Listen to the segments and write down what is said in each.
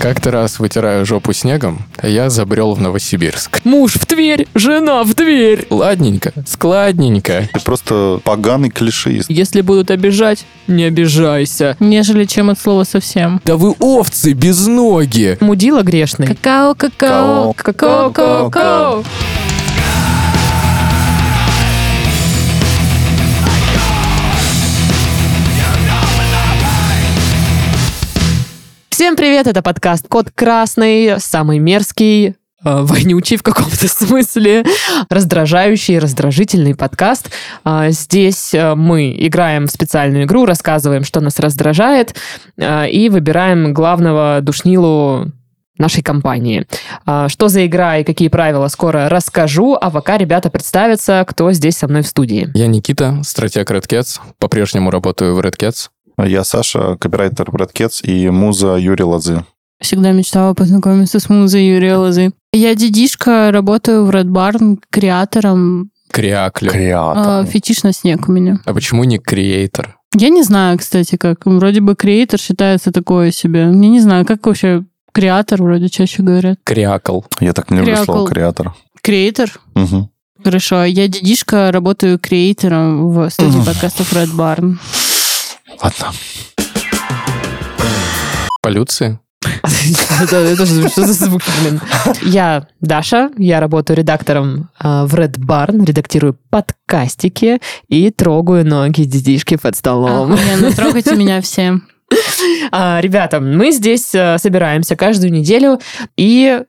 Как-то раз, вытирая жопу снегом, я забрел в Новосибирск. Муж в Тверь, жена в дверь. Ладненько, складненько. Ты просто поганый клишеист. Если будут обижать, не обижайся. нежели чем от слова совсем. Да вы овцы без ноги! Мудила грешный. Какао, какао, Какао, какао, какао, какао. Всем привет, это подкаст «Код красный», самый мерзкий, э, вонючий в каком-то смысле, раздражающий, раздражительный подкаст. А, Здесь э, мы играем в специальную игру, рассказываем, что нас раздражает, э, и выбираем главного душнилу нашей компании. А, Что за игра и какие правила, скоро расскажу, а пока ребята представятся, кто здесь со мной в студии. Я Никита, стратег Red Cats, по-прежнему работаю в Red Cats. Я Саша, копирайтер Брэд Кетс и муза Юрий Лазы. Всегда мечтала познакомиться с музой Юрия Лозы. Я дедишка, работаю в Red Barn креатором. Криаклю. А, Креатор. фетиш на снег у меня. А почему не креатор? Я не знаю, кстати, как. Вроде бы креатор считается такое себе. Я не знаю, как вообще креатор вроде чаще говорят. Криакл. Я так не люблю Креакл. слово креатор. Креатор? Мгм. Хорошо. Я дедишка, работаю креатором в студии Мгм. подкастов Red Barn. Ладно. Полюции? Это- это же- Что за звуки, блин? Я Даша, я работаю редактором а, в Red Barn, редактирую подкастики и трогаю ноги дедишки под столом. Охуенно, А, ну, трогайте меня все. А, Ребята, мы здесь а, собираемся каждую неделю и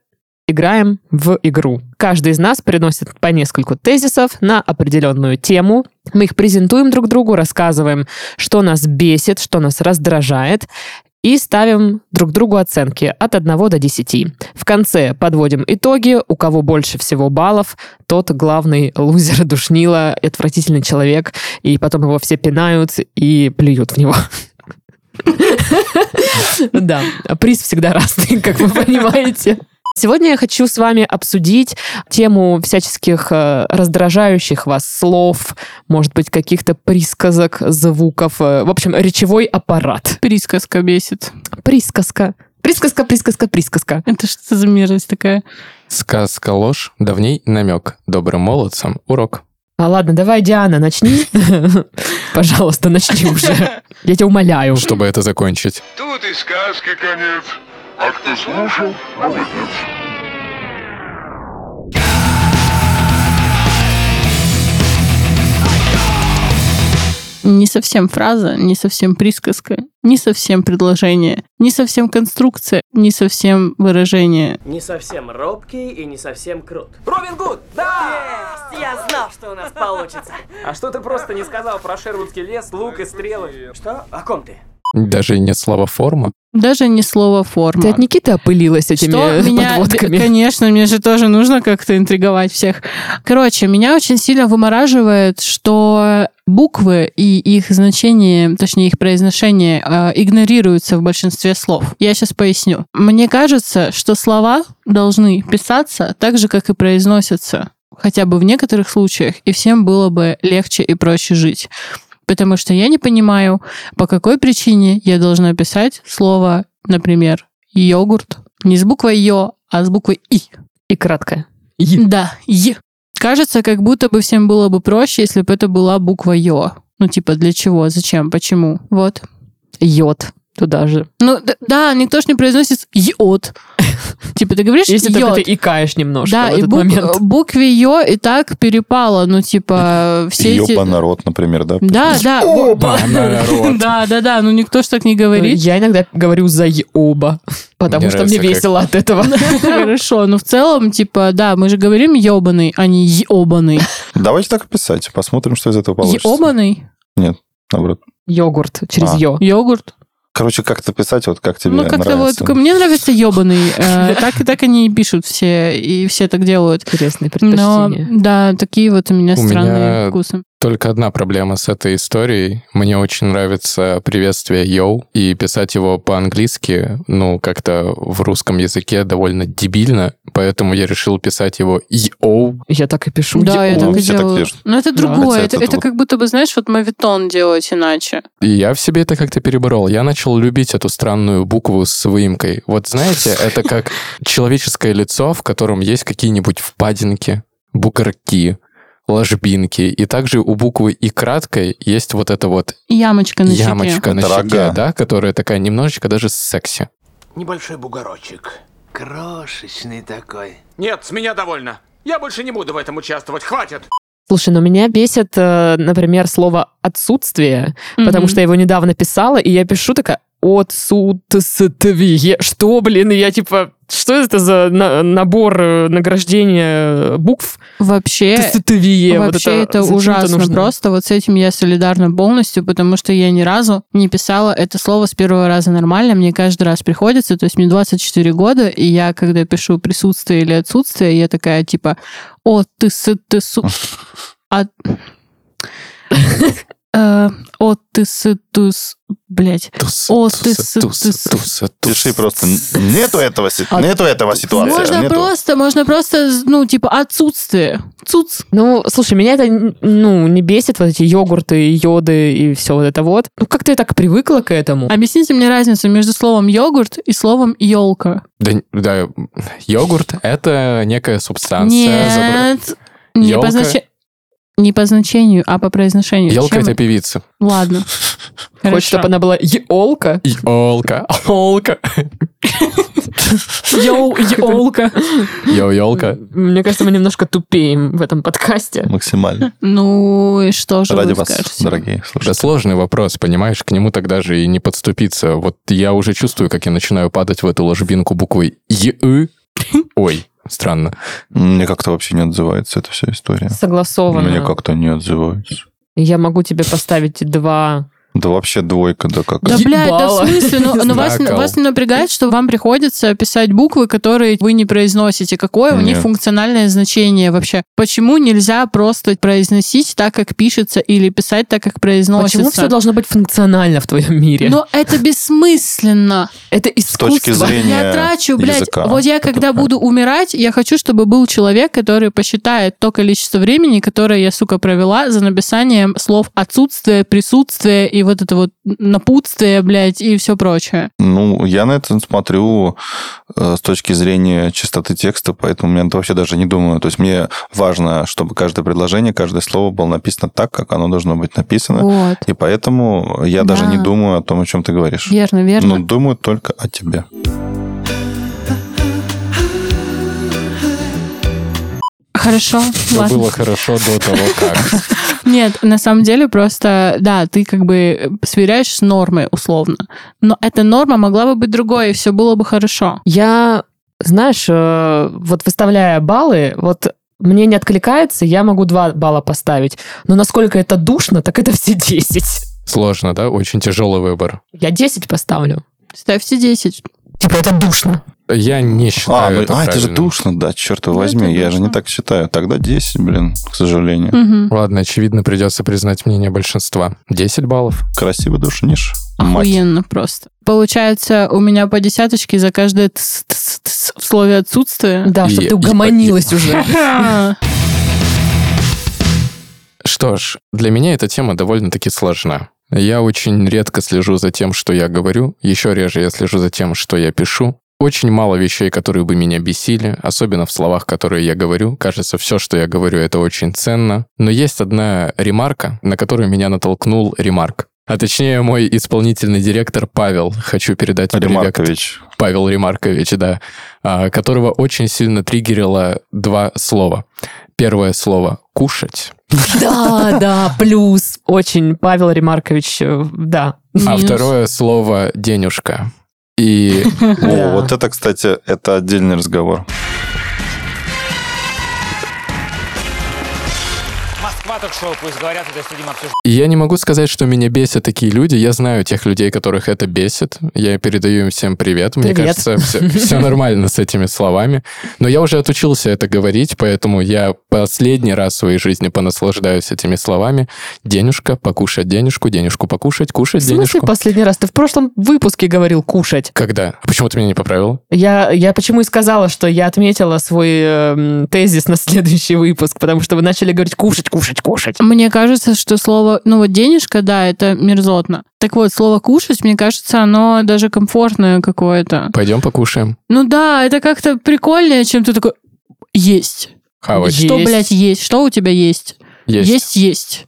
играем в игру. Каждый из нас приносит по нескольку тезисов на определенную тему. Мы их презентуем друг другу, рассказываем, что нас бесит, что нас раздражает, и ставим друг другу оценки от 1 до 10. В конце подводим итоги, у кого больше всего баллов, тот главный лузер, душнила, и отвратительный человек, и потом его все пинают и плюют в него. Да, приз всегда разный, как вы понимаете. Сегодня я хочу с вами обсудить тему всяческих э, раздражающих вас слов, может быть, каких-то присказок, звуков. э, в общем, речевой аппарат. Присказка бесит. Присказка. Присказка, присказка, присказка. Это что за мерзость такая? Сказка ложь, давней намек. Добрым молодцам урок. А ладно, давай, Диана, начни. Пожалуйста, начни уже. Я тебя умоляю. Чтобы это закончить. Тут и сказки конец. А кто слушал, молодец. Не совсем фраза, не совсем присказка, не совсем предложение, не совсем конструкция, не совсем выражение. Не совсем робкий и не совсем крут. Робин Гуд! Да! я знал, что у нас получится. А что ты просто не сказал про Шервудский лес, лук и стрелы? Что? О ком ты? Даже нет слова форма. Даже не слово форма. Ты от Никиты опылилась Что этими меня, подводками. Да, Конечно, мне же тоже нужно как-то интриговать всех. Короче, меня очень сильно вымораживает, что буквы и их значение, точнее их произношение, э, игнорируются в большинстве слов. Я сейчас поясню. Мне кажется, что слова должны писаться так же, как и произносятся, хотя бы в некоторых случаях, и всем было бы легче и проще жить. Потому что я не понимаю, по какой причине я должна писать слово, например, йогурт не с буквой Ё, а с буквой И. И кратко. Да, И. Кажется, как будто бы всем было бы проще, если бы это была буква Ё. Ну, типа, для чего, зачем, почему? Вот. Йод туда же. Ну, д- да, никто ж не произносит йод. Типа, ты говоришь Если только «йод». ты икаешь немножко Да, в и этот бук- момент. букве Ё и так перепало. Ну, типа, все эти... Ёба народ, например, да? Да, да. бу- народ. Да, да, да, ну никто ж так не говорит. Я иногда говорю за оба, потому Мне что нравится, мне как- весело от этого. Хорошо, но в целом, типа, да, мы же говорим ёбаный, а не ёбаный. Давайте так и писать, посмотрим, что из этого получится. Ёбаный? Наоборот. Йогурт через А. йо. Йогурт? Короче, как-то писать, вот как тебе Ну, как-то вот, нравится. такой, мне нравится ебаный. Так и так они и пишут все, и все так делают. Интересные Но, предпочтения. да, такие вот у меня У странные меня- вкусы. Только одна проблема с этой историей. Мне очень нравится приветствие «йоу», и писать его по-английски, ну, как-то в русском языке довольно дебильно, поэтому я решил писать его «йоу». Я так и пишу. Да, я «Йоу». так и все так делаю. пишут. Но это Да. другое. Хотя Это, это это вот- как будто бы, знаешь, вот мавитон делать иначе. И я в себе это как-то переборол. Я начал любить эту странную букву с выемкой. Вот знаете, это как человеческое лицо, в котором есть какие-нибудь впадинки, бугорки, ложбинки. И также у буквы «и» краткой есть вот это вот Ямочка на щеке. ямочка на щеке, Дорога. да, которая такая немножечко даже секси. Небольшой бугорочек. Крошечный такой. Нет, с меня довольно. Я больше не буду в этом участвовать. Хватит! Слушай, но меня бесит, э, например, слово «отсутствие», Мгм. потому что я его недавно писала, и я пишу такая «отсутствие». Что, блин, я типа... Что это за на- набор э, награждения э, букв? Э, вообще «Отсутствие». Вот Вообще это, зачем ужасно нужно? просто. Вот с этим я солидарна полностью, потому что я ни разу не писала это слово с первого раза нормально. Мне каждый раз приходится. То есть мне 24 года, и я, когда пишу присутствие или отсутствие, я такая типа «О, ты сы, ты су...» А- Э, «О, ты сы, ты с...» Блять. Туса, О, туса, тысы, туса, тысы. туса, туса. Пиши просто. Нету этого, си- А- нету этого ситуации. Можно нету. просто, можно просто, ну, типа, отсутствие. Цуц. Ну, слушай, меня это, ну, не бесит, вот эти йогурты, йоды и все вот это вот. Ну, как-то я так привыкла к этому. Объясните мне разницу между словом йогурт и словом елка. Да, да, йогурт — это некая субстанция. забра- Нет. Не по, Ёлка. знач- не по значению, а по произношению. Елка — Чем- это певица. Ладно. Хочешь, чтобы она была еолка? Ёлка, олка, Йоу, еолка. йо елка. Мне кажется, мы немножко тупеем в этом подкасте. Максимально. Ну и что же Ради вы вас, скажете? дорогие Да слушатели. сложный вопрос, понимаешь, к нему тогда же и не подступиться. Вот я уже чувствую, как я начинаю падать в эту ложбинку буквой «е». Ой, странно. Мне как-то вообще не отзывается эта вся история. Мне Согласованно. как-то не отзывается. Я могу тебе поставить два. Да вообще двойка, да как. Да, блядь, да в Ебало. смысле? Ну, ну, вас, Накал. вас не напрягает, что вам приходится писать буквы, которые вы не произносите. Какое у них Нет. функциональное значение вообще? Почему нельзя просто произносить так, как пишется, или писать так, как произносится? Почему все должно быть функционально в твоем мире? Но это бессмысленно. это С искусство. точки зрения Я трачу, блядь, языка. вот я когда Это- буду умирать, я хочу, чтобы был человек, который посчитает то количество времени, которое я, сука, провела за написанием слов отсутствие, присутствие и вот это вот напутствие, блядь, и все прочее. Ну, я на это смотрю э, с точки зрения чистоты текста, поэтому я на это вообще даже не думаю. То есть мне важно, чтобы каждое предложение, каждое слово было написано так, как оно должно быть написано. Вот. И поэтому я даже Да. не думаю о том, о чем ты говоришь. Верно, верно. Ну, думаю только о тебе. Хорошо, Все ладно. было хорошо до того, как. Нет, на самом деле просто, да, ты как бы сверяешь с нормой условно. Но эта норма могла бы быть другой, и все было бы хорошо. Я, знаешь, э, вот выставляя баллы, вот мне не откликается, я могу два балла поставить. Но насколько это душно, так это все 10. Сложно, да? Очень тяжелый выбор. Я 10 поставлю. Ставьте 10. Типа это душно. Я не А, считаю ну, это а, это же правильным. душно, да, черт Да, возьми, это я же не душно. так считаю. Тогда 10, блин, к сожалению. Мгм. Ладно, очевидно, придется признать мнение большинства. 10 баллов. Красиво душнишь, мать. Охуенно просто. Получается, у меня по десяточке за каждое тс- тс- тс в слове отсутствие. Да, И- чтобы и- ты угомонилась уже. Ха. Что ж, для меня эта тема довольно-таки сложна. Я очень редко слежу за тем, что я говорю, еще реже я слежу за тем, что я пишу. Очень мало вещей, которые бы меня бесили, особенно в словах, которые я говорю. Кажется, все, что я говорю, это очень ценно. Но есть одна ремарка, на которую меня натолкнул ремарк. А точнее, мой исполнительный директор Павел. Хочу передать привет Ремаркович. Павел Ремаркович, да, а, которого очень сильно триггерило два слова. Первое слово «кушать», Да, да, плюс. Очень, Павел Ремаркович, э, да. а Минус. второе слово «денежка». И М-м. Да. О, вот это, кстати, это отдельный разговор. Москва дебатах шоу, пусть говорят, это все, Дима, обсуждает. И я не могу сказать, что меня бесят такие люди. Я знаю тех людей, которых это бесит. Я передаю им всем привет. Мне Привет. кажется, все, нормально с этими словами. Но я уже отучился это говорить, поэтому я последний раз в своей жизни понаслаждаюсь этими словами. Денежка, покушать денежку, денежку покушать, кушать В смысле денежку. последний раз? Ты в прошлом выпуске говорил кушать. Когда? А Почему ты меня не поправил? Я, я почему и сказала, что я отметила свой эм, тезис на следующий выпуск, потому что вы начали говорить кушать, кушать, кушать. Мне кажется, что слово, ну вот денежка, да, это мерзотно. Так вот, слово кушать, мне кажется, оно даже комфортное какое-то. Пойдем покушаем. Ну да, это как-то прикольнее, чем ты такой есть. Хавать. Что, Есть. блядь, есть? Что у тебя есть? Есть. есть. есть.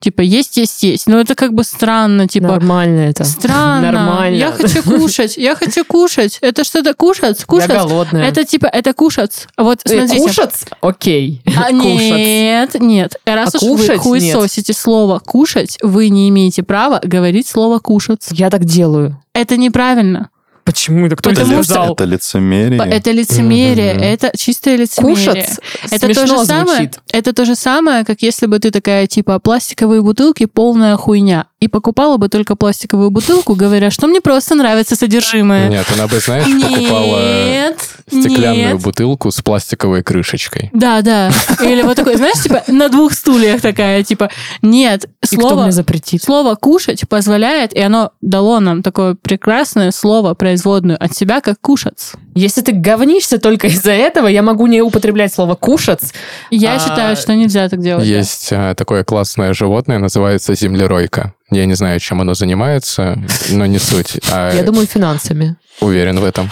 Типа есть, есть, есть. Но это как бы странно, типа. Нормально это. Странно. Нормально. Я хочу кушать, я хочу кушать. Это что-то кушать, кушать. Я голодная. Это типа, это кушать. Вот Э, смотрите. кушать? Окей. А, Кушать. нет, нет. А Раз уж вы кушать? хуесосите слово «кушать», вы не имеете права говорить слово «кушаться». Я так делаю. Это неправильно. Почему это кто-то Потому ли- сказал? это лицемерие. По- Это лицемерие, Мгм. это чистое лицемерие. Э. Кушать Это смешно то, же самое, звучит. это то же самое, как если бы ты такая, типа, пластиковые бутылки полная хуйня. И покупала бы только пластиковую бутылку, говоря, что мне просто нравится содержимое. Нет, она бы, знаешь, покупала Нет, стеклянную нет. бутылку с пластиковой крышечкой. Да, да. Или вот такой, знаешь, типа на двух стульях такая, типа, нет, И кто слово, мне запретит? слово «кушать» позволяет, и оно дало нам такое прекрасное слово, производную от себя, как «кушать». Если ты говнишься только из-за этого, я могу не употреблять слово кушать. Я А, считаю, что нельзя так делать. Есть а, такое классное животное, называется землеройка. Я не знаю, чем оно занимается, но не суть. А Э, Я думаю, финансами. уверен в этом.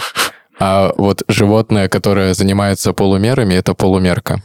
А вот животное, которое занимается полумерами, это полумерка.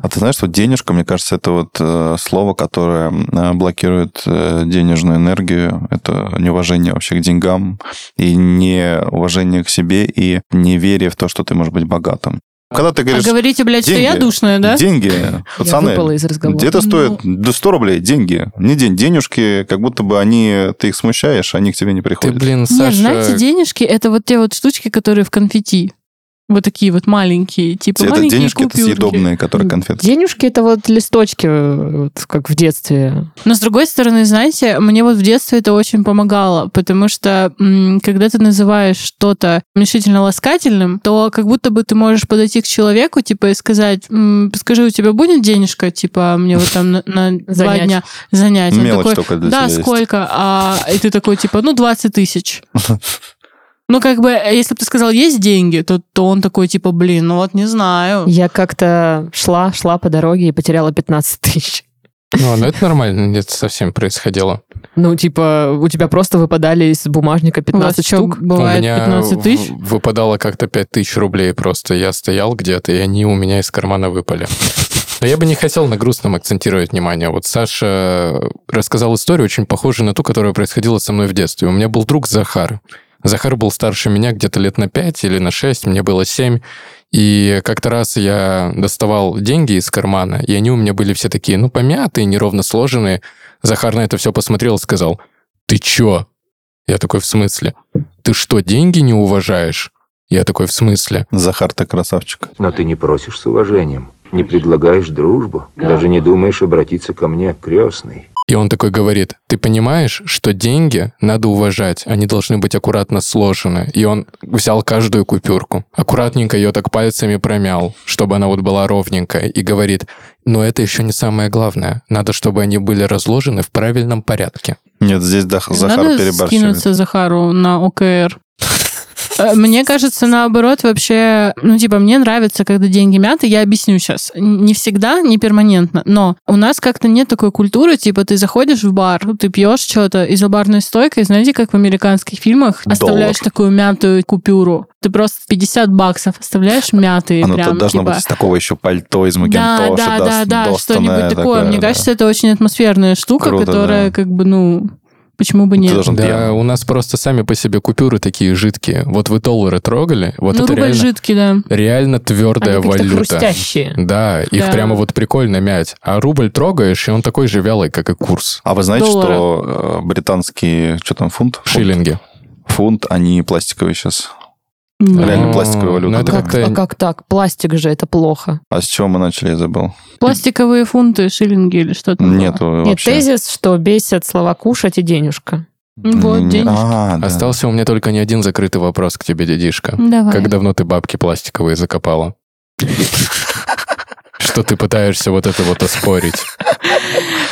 А ты знаешь, что денежка, мне кажется, это вот э, слово, которое э, блокирует э, денежную энергию. Это неуважение вообще к деньгам и неуважение к себе и неверие в то, что ты можешь быть богатым. Когда ты А говоришь, говорите, блядь, что я деньги. душная, да? деньги, я выпала пацаны, из разговора. где-то стоит Ну. да 100 рублей, деньги. Не день, денежки, как будто бы они, ты их смущаешь, они к тебе не Ты, приходят. блин, Нет, Саша... знаете, денежки это вот те вот штучки, которые в конфетти. Вот такие вот маленькие, типа это маленькие денежки, это купюрки. съедобные, которые конфеты. Денежки это вот листочки, э, вот как в детстве. Но с другой стороны, знаете, мне вот в детстве это очень помогало, потому что м, когда ты называешь что-то мешительно ласкательным, то как будто бы ты можешь подойти к человеку, типа, и сказать, «М, скажи, у тебя будет денежка, типа, мне вот там на, на два Занять. дня занять? Он Мелочь такой, только для Да, тебя есть. сколько? А, и ты такой, типа, ну, 20 тысяч. Ну, как бы, если бы ты сказал, есть деньги, то, то он такой, типа, блин, ну вот не знаю. Я как-то шла, шла по дороге и потеряла 15 тысяч. Ну, ну, это нормально, это совсем происходило. Ну, типа, у тебя просто выпадали из бумажника У вас 15 чё, штук. бывает у меня 15 тысяч? в- выпадало как-то 5 тысяч рублей просто. Я стоял где-то, и они у меня из кармана выпали. Но я бы не хотел на грустном акцентировать внимание. Вот Саша э, рассказал историю, очень похожую на ту, которая происходила со мной в детстве. У меня был друг Захар. Захар был старше меня где-то лет на 5 или на 6, мне было 7. И как-то раз я доставал деньги из кармана, и они у меня были все такие, ну, помятые, неровно сложенные. Захар на это все посмотрел и сказал, ты чё? Я такой, в смысле? Ты что, деньги не уважаешь? Я такой, в смысле? Захар, ты красавчик. Но ты не просишь с уважением, не предлагаешь дружбу, даже не думаешь обратиться ко мне, крестный. И он такой говорит, ты понимаешь, что деньги надо уважать, они должны быть аккуратно сложены. И он взял каждую купюрку, аккуратненько ее так пальцами промял, чтобы она вот была ровненькая, и говорит, но это еще не самое главное, надо, чтобы они были разложены в правильном порядке. Нет, здесь Дах- Захар Надо переборщил. скинуться Захару на ОКР. Э, Мне кажется, наоборот, вообще, ну, типа, мне нравится, когда деньги мяты. Я объясню сейчас. Не всегда, не перманентно, но у нас как-то нет такой культуры, типа, ты заходишь в бар, ты пьешь что-то, и за барной стойкой, знаете, как в американских фильмах, Доллар. оставляешь такую мятую купюру. Ты просто 50 баксов оставляешь мятые Оно прям, тут должно типа, быть из такого еще пальто из да, Макинтоша. да, да, Даст- да, Достона, что-нибудь такое. Мне да. кажется, это очень атмосферная штука, Круто, которая, да. как бы, ну, почему бы Ты нет. должен пьяный. Да, у нас просто сами по себе купюры такие жидкие. Вот вы доллары трогали, вот ну, это рубль реально, жидкий, да. реально твердая Они как-то валюта. хрустящие. Да, их Да. прямо вот прикольно мять. А рубль трогаешь, и он такой же вялый, как и курс. А вы знаете, доллара. что э, британские, что там, фунт? Фунт? Шиллинги. Фунт, они пластиковые сейчас. Нет. Реально Ну, пластиковая валюта. ну, это да. как-то- А как так? Пластик же, это плохо. А с чего мы начали, я забыл. Пластиковые фунты, шиллинги или что-то. Нету вообще. Нет, тезис, что бесят слова «кушать» и «денежка». Вот, Не- денежки. А, да. Остался у меня только не один закрытый вопрос к тебе, дедишка. Давай. Как давно ты бабки пластиковые закопала? Что ты пытаешься вот это вот оспорить?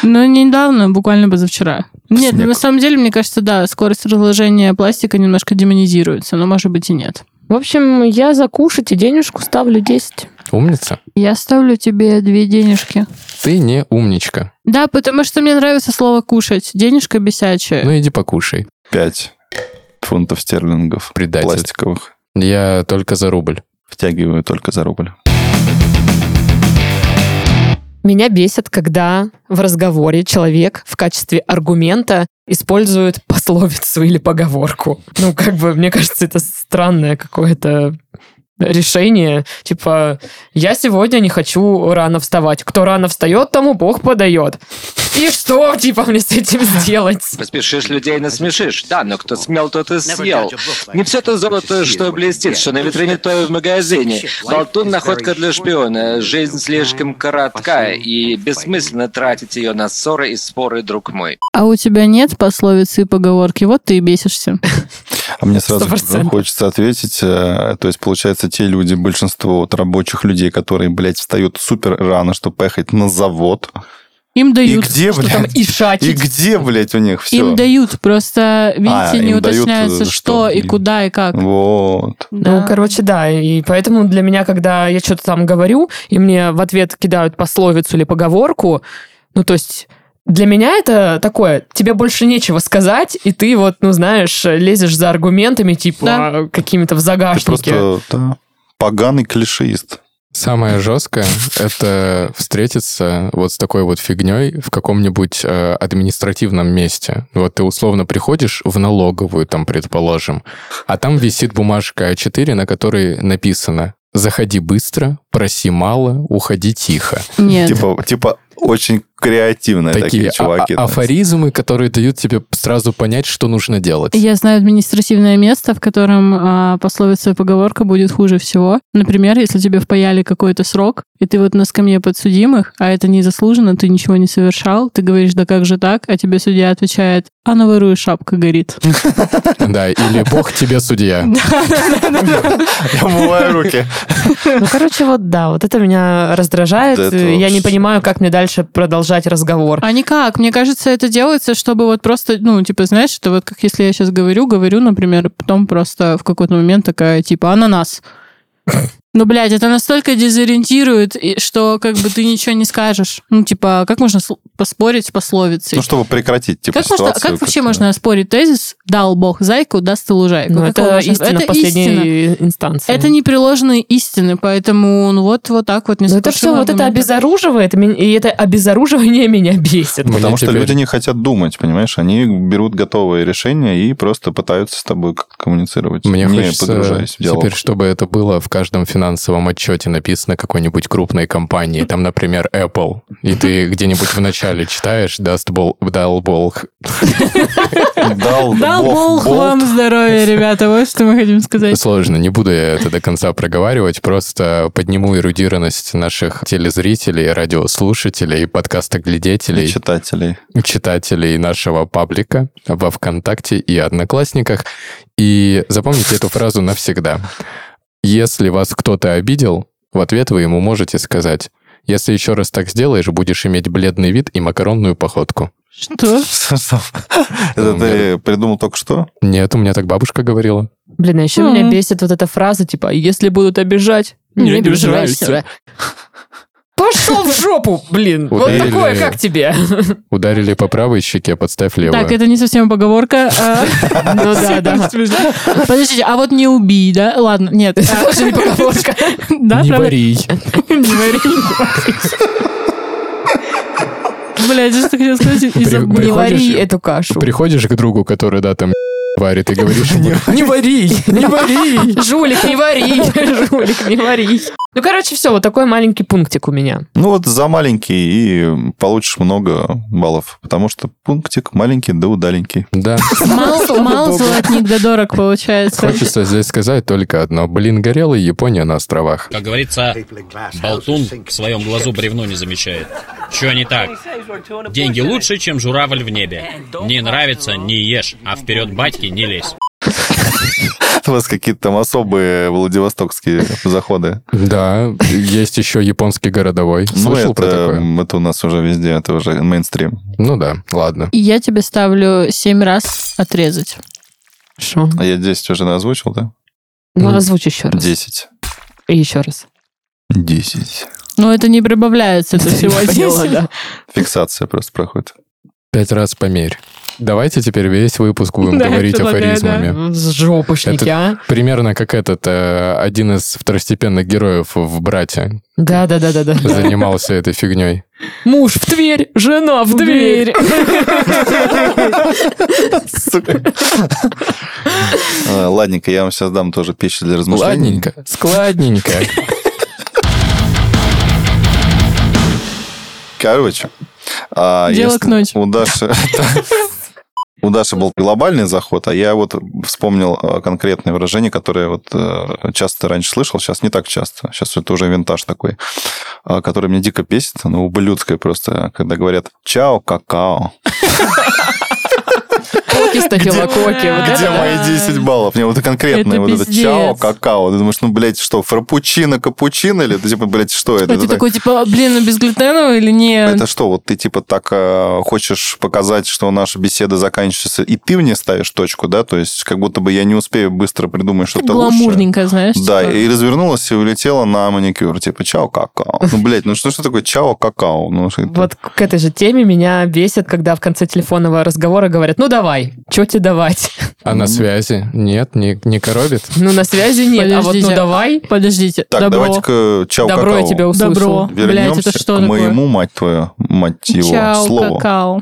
Ну, недавно, буквально позавчера. Нет, Снег. на самом деле, мне кажется, да, скорость разложения пластика немножко демонизируется, но, может быть, и нет. В общем, я за «кушать» и «денежку» ставлю 10. Умница? Я ставлю тебе две денежки. Ты не умничка. Да, потому что мне нравится слово «кушать». Денежка бесячая. Ну иди покушай, Пять фунтов стерлингов предатель. пластиковых. Я только за рубль. Втягиваю только за рубль. Меня бесит, когда в разговоре человек в качестве аргумента использует пословицу или поговорку. Ну, как бы, мне кажется, это странное какое-то решение. Типа, я сегодня не хочу рано вставать. Кто рано встает, тому Бог подает. И что, типа, мне с этим сделать? Спешишь, людей насмешишь. Да, но кто смел, тот и съел. Не все Ну, то золото, что блестит, что на витрине той в магазине. Болтун — находка для шпиона. Жизнь слишком коротка, и бессмысленно тратить ее на ссоры и споры, друг мой. А у тебя нет пословицы и поговорки, вот ты и бесишься. А мне сразу 100%. хочется ответить. э, То есть, получается, те люди, большинство вот рабочих людей, которые, блядь, встают супер рано, чтобы поехать на завод. Им дают. И где, Что там блядь? и И шатить? где, блядь, у них все? Им дают, просто, А, видите, не им дают, уточняется, э, что, что и им. куда, и как. Вот. Ну, короче, да. И поэтому для меня, когда я что-то там говорю, и мне в ответ кидают пословицу или поговорку, ну, то есть... Для меня это такое, тебе больше нечего сказать, и ты вот, ну, знаешь, лезешь за аргументами, типа, Да. какими-то в Ты загашнике. просто да, поганый клишеист. Самое жесткое — это встретиться вот с такой вот фигней в каком-нибудь э, административном месте. Вот ты условно приходишь в налоговую, там, предположим, а там висит бумажка А4, на которой написано «Заходи быстро, проси мало, уходи тихо». Нет. Типа, типа очень креативные такие, а- чуваки. а- да. афоризмы, которые дают тебе сразу понять, что нужно делать. Я знаю административное место, в котором а, пословица и поговорка будет хуже всего. Например, если тебе впаяли какой-то срок, и ты вот на скамье подсудимых, а это незаслуженно, ты ничего не совершал, ты говоришь, да как же так, а тебе судья отвечает, а на ворую шапка горит. Да, или «Бог тебе, судья». Я умываю руки. Ну, короче, вот да, вот это меня раздражает. Вот это и я не вообще. понимаю, как мне дальше продолжать разговор. А никак. Мне кажется, это делается, чтобы вот просто, ну, типа, знаешь, это вот как если я сейчас говорю, говорю, например, и потом просто в какой-то момент такая, типа, ананас. Ну, блядь, это настолько дезориентирует, и- что как бы ты ничего не скажешь. Ну, типа, как можно сл- поспорить с пословицей? Ну, чтобы прекратить, типа, как, можно, ситуацию, как вообще как-то. можно оспорить тезис «дал бог зайку, даст и лужайку»? Ну, Как его это можно- истина это истина. последней инстанции. Это непреложные истины, поэтому ну, вот, вот так вот не Ну, это все вот это обезоруживает, меня- и это обезоруживание меня бесит. Мне Потому что теперь- люди не хотят думать, понимаешь? Они берут готовые решения и просто пытаются с тобой как-то коммуницировать, Мне не хочется погружаясь в диалог. теперь, чтобы это было в каждом финансовом отчете написано какой-нибудь крупной компании, там, например, Apple, и ты где-нибудь в начале читаешь «Даст бол, дал Бог». Дал, Дал бог вам здоровья, ребята, вот что мы хотим сказать. Сложно, не буду я это до конца проговаривать, просто подниму эрудированность наших телезрителей, радиослушателей, и подкастоглядетелей, читателей. читателей нашего паблика во ВКонтакте и Одноклассниках. И запомните эту фразу навсегда. Если вас кто-то обидел, в ответ вы ему можете сказать «Если еще раз так сделаешь, будешь иметь бледный вид и макаронную походку». Что? Это ты придумал только что? Нет, у меня так бабушка говорила. Блин, а еще Мгм. меня бесит вот эта фраза, типа, если будут обижать, не, обижайся. Пошел в жопу, блин. Вот Вот или- такое, как тебе. Ударили по правой щеке, подставь левую. Так, это не совсем поговорка. а, Ну да, да. Подождите, а вот не убей, да? Ладно, нет. а, Тоже не поговорка. Да, Не правда? вари. Не вари. Блядь, я что хотел сказать и При- забыла. Не Приходишь- вари эту кашу. Приходишь к другу, который, да, там варит, и говоришь ему, Не вари, не вари. Жулик, не вари, жулик, не вари. Ну, короче, все, вот такой маленький пунктик у меня. Ну вот за маленький и получишь много баллов, потому что пунктик маленький да удаленький. да. Мал, мал золотник да дорог получается. Хочется здесь сказать только одно. Блин, горела Япония на островах. Как говорится, болтун в своем глазу бревно не замечает. Че не так? Деньги лучше, чем журавль в небе. Не нравится, не ешь, а вперед батьки не лезь. У вас какие-то там особые владивостокские заходы. Да, есть еще японский городовой. Ну, Слышал про это, такое? это у нас уже везде, это уже мейнстрим. Ну да, ладно. И я тебе ставлю семь раз отрезать. Хорошо. А я 10 уже озвучил, да? Ну, Мгм. озвучь еще раз. 10. И еще раз. 10. Но Ну, это не прибавляется, это всего А Поняла, 10. да. Фиксация просто проходит. Пять раз померь. Давайте теперь весь выпуск будем Да, говорить предлагаю, афоризмами. да. С жопушники, а. Примерно как этот, э, один из второстепенных героев в «Брате» Да, да, да, да, да. занимался этой фигней. Муж в дверь, жена в дверь. Э, Ладненько, я вам сейчас дам тоже пищу для размышлений. Ладненько, складненько. Короче. а, Дело если к ночи. У Даши... У Даши был глобальный заход, а я вот вспомнил э, конкретное выражение, которое вот э, часто раньше слышал, сейчас не так часто. Сейчас это уже винтаж такой, э, который меня дико бесит, ну, ублюдское просто, когда говорят «Чао, какао». Коки, стафилококи. вот это Где да. мои 10 баллов? Мне вот это конкретное, А, Это вот это пиздец. «Чао, какао». Ты думаешь, ну, блядь, что, фрапучино, капучино? Или, типа, блядь, что это? А ты Это такой, типа, блин, ну без глютенова или нет? Это что, вот ты типа так э, хочешь показать, что наша беседа заканчивается, и ты мне ставишь точку, да? То есть как будто бы я не успею быстро придумать что-то лучше. Гламурненько, знаешь? Да, типа. и развернулась и улетела на маникюр. Типа, чао, какао. Ну, блядь, ну что, что такое чао, какао? Ну, что это? Вот к к этой же теме меня бесит, когда в конце телефонного разговора говорят, ну давай, что тебе давать? А Ну, на связи? Нет, не, не коробит? Ну на связи нет, а вот ну Подождите. давай. Подождите, Так, добро. давайте-ка чао, Добро я какао. тебя услышал. Добро. Блядь, Вернемся это что к такое? моему, мать твою, мать его, Чао, слову. какао.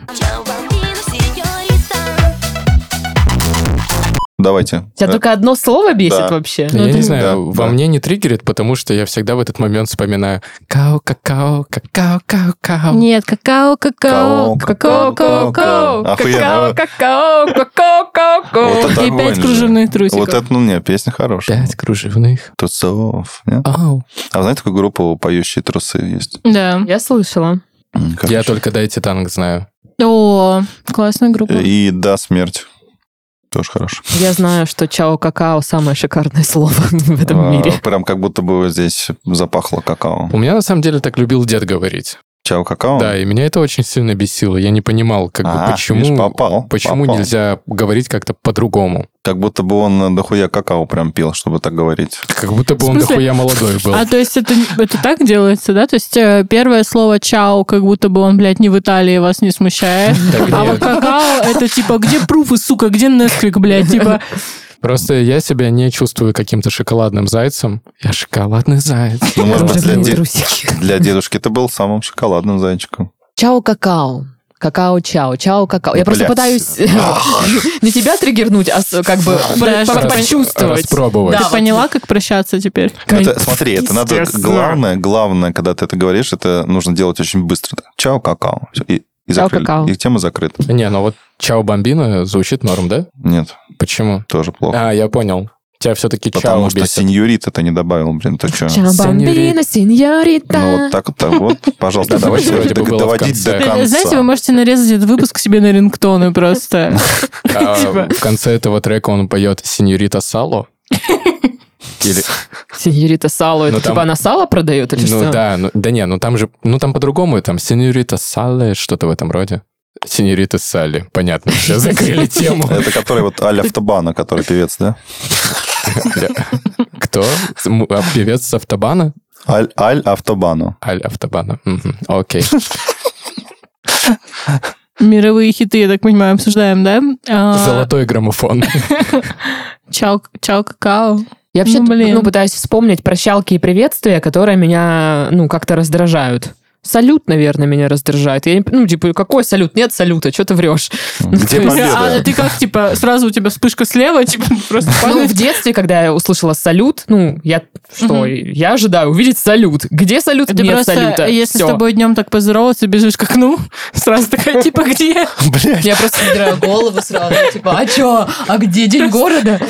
Давайте. Тебя Э, только одно слово бесит Да. вообще. Ну, я это не не- знаю, да, во да. мне не триггерит, потому что я всегда в этот момент вспоминаю као какао какао какао какао Нет, какао, Э, какао, какао, какао, какао. Охуенно. какао, какао, какао. Вот это И огонь пять же. кружевных трусиков. Вот это, ну, не, песня хорошая. пять кружевных. Тусов. не? Ау. А вы знаете, такую группу «Поющие трусы» есть? Да. Я слышала. М, Я короче. только дайте танк знаю. О, классная группа. И «Да, смерть». Тоже хорошо. Я знаю, что чао-какао самое шикарное слово в этом А, мире. Прям как будто бы здесь запахло какао. У меня на самом деле так любил дед говорить. Чао какао? Да, и меня это очень сильно бесило. Я не понимал, как А, бы почему. видишь, попал, Почему попал. нельзя говорить как-то по-другому? Как будто бы он дохуя какао прям пил, чтобы так говорить. Как будто бы он В смысле? дохуя молодой был. А то есть это, это так делается, да? То есть э, первое слово «чао», как будто бы он, блядь, не в Италии вас не смущает. Так А нет. вот какао, это типа, где пруфы, сука, где Несквик, блядь, типа, Просто я себя не чувствую каким-то шоколадным зайцем. Я шоколадный заяц. Ну, может быть, для, Кружевные де- трусики. для дедушки ты был самым шоколадным зайчиком. Чао-какао. Какао-чао, чао-какао. Я просто Блядь. пытаюсь э, не тебя триггернуть, а с- как бы Да, про- про- чтобы почувствовать. распробовать. Да, ты вот. поняла, как прощаться теперь? Это, смотри, это надо... Главное, главное, когда ты это говоришь, это нужно делать очень быстро. Чао какао. Всё, И, и Чао закрыли. какао. И тема закрыта. Не, ну вот Чао Бомбина звучит норм, да? Нет, Почему? тоже плохо. А, я понял. Тебя все-таки Чао Потому что бесит. сеньорита это не добавил, блин, ты что? Чао-бомбина, сеньорита. Ну, вот так вот, так вот, пожалуйста, Да, давайте вроде бы дог- было в доводить конце. до Э, конца. Знаете, вы можете нарезать этот выпуск себе на Ну. рингтоны просто. А Типа. В конце этого трека он поет Сеньорита Сало. Или, Сеньорита Ну, сало. Это там- типа она сало продает или ну что? да, ну, да не, ну там же, ну там по-другому, там сеньорита Салли, что-то в этом роде. Сеньорита Салли, понятно, все закрыли тему. Это который вот Аля Автобана, который певец, да? Кто? М- а, Певец с Автобана? Аль, Аль Автобану. Аль Автобана. Мгм, Окей. Мировые хиты, я так понимаю, обсуждаем, да? А, Золотой граммофон. Чао, чао, какао. Я вообще Ну, блин. ну, пытаюсь вспомнить прощалки и приветствия, которые меня ну как-то раздражают. Салют, наверное, меня раздражает. Я не, ну, типа, какой салют? Нет салюта, что ты врешь? Где А победа? ты как, типа, сразу у тебя вспышка слева, типа, просто Ну, в детстве, когда я услышала салют, ну, я что, Мгм. я ожидаю увидеть салют. Где салют? Ты Нет просто, салюта. если Всё. с тобой днем так поздороваться, бежишь к окну, сразу такая, типа, где? Блядь, Я просто собираю голову сразу, типа, а чё? А где день города?